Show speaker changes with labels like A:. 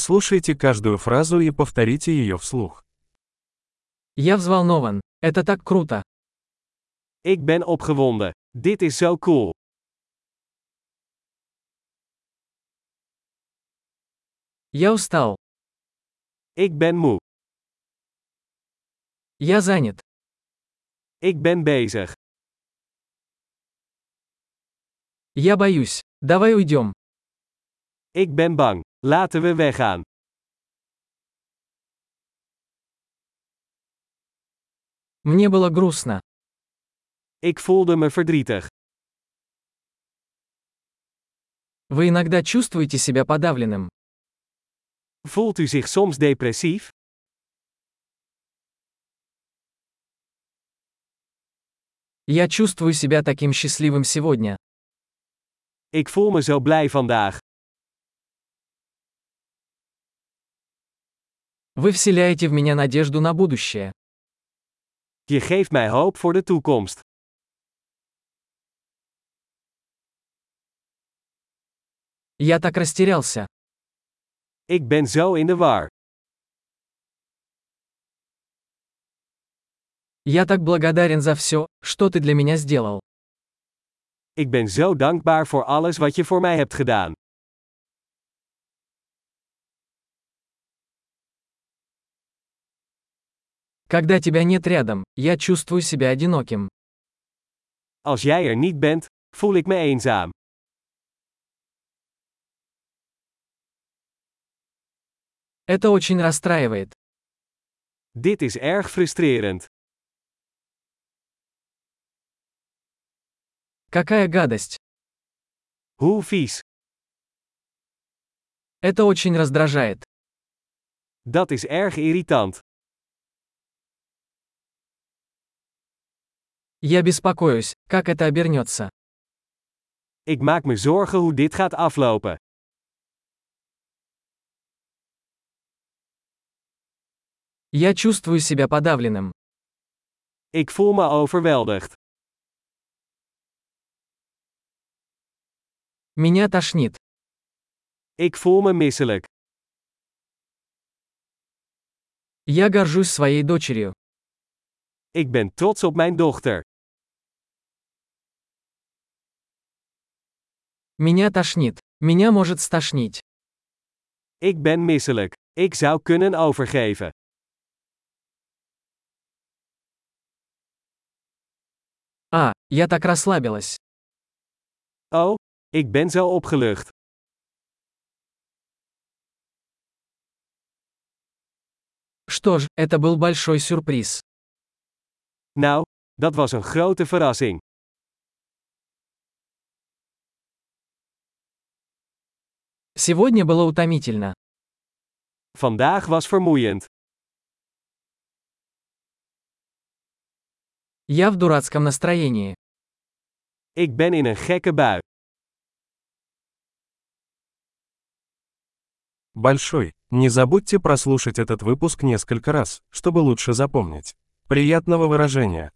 A: Прослушайте каждую фразу и повторите ее вслух.
B: Я взволнован. Это так круто.
C: Ik ben opgewonden. Dit is zo cool.
B: Я устал.
C: Ik ben moe.
B: Я занят.
C: Ik ben bezig.
B: Я боюсь. Давай уйдем.
C: Ik ben bang. Laten we weggaan.
B: Мне было грустно.
C: Ik voelde me verdrietig.
B: Вы иногда чувствуете себя подавленным.
C: Voelt u zich soms depressief?
B: Я чувствую себя таким счастливым сегодня.
C: Ik voel me zo blij vandaag.
B: Вы вселяете в меня надежду на будущее.
C: Je geeft mij hoop voor de toekomst.
B: Я так растерялся.
C: Ik ben zo in de war.
B: Я так благодарен за все, что ты для меня сделал.
C: Ik ben zo dankbaar voor alles wat je voor mij hebt gedaan.
B: Когда тебя нет рядом, я чувствую себя одиноким.
C: Als jij er niet bent, voel ik me eenzaam.
B: Это очень расстраивает.
C: Dit is erg frustrerend.
B: Какая гадость.
C: Hoe vies.
B: Это очень раздражает.
C: Dat is erg irritant.
B: Я беспокоюсь, как это обернется.
C: Ik maak me zorgen hoe dit gaat aflopen.
B: Я чувствую себя подавленным.
C: Ik voel me overweldigd.
B: Меня тошнит.
C: Ik voel me misselijk.
B: Я горжусь своей дочерью.
C: Ik ben trots op mijn dochter.
B: Меня тошнит. Меня может стошнить.
C: Ik ben misselijk. Ik zou kunnen overgeven.
B: А, я так расслабилась.
C: Oh, ik ben zo opgelucht.
B: Что ж, это был большой сюрприз.
C: Nou, dat was een grote verrassing.
B: Сегодня было утомительно.
C: Vandaag was vermoeiend.
B: Я в дурацком настроении.
C: Ik ben in een gekke bui.
A: Большой. Не забудьте прослушать этот выпуск несколько раз, чтобы лучше запомнить. Приятного выражения.